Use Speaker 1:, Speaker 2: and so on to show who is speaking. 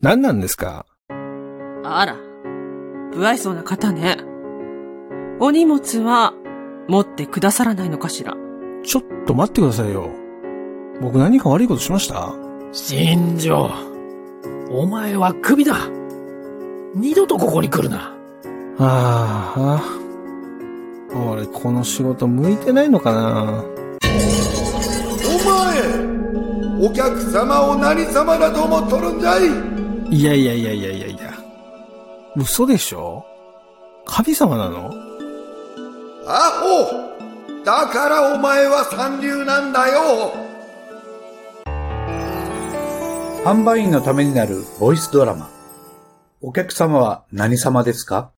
Speaker 1: 何なんですか
Speaker 2: あら、不愛想な方ね。お荷物は持ってくださらないのかしら。
Speaker 1: ちょっと待ってくださいよ。僕何か悪いことしました
Speaker 3: 新庄、お前はクビだ。二度とここに来るな。
Speaker 1: ああ、俺この仕事向いてないのかな
Speaker 4: お前お客様を何様だと思っとるんじゃい
Speaker 1: いやいやいやいやいやいや。嘘でしょ神様なの
Speaker 4: アホだからお前は三流なんだよ
Speaker 5: 販売員のためになるボイスドラマ。お客様は何様ですか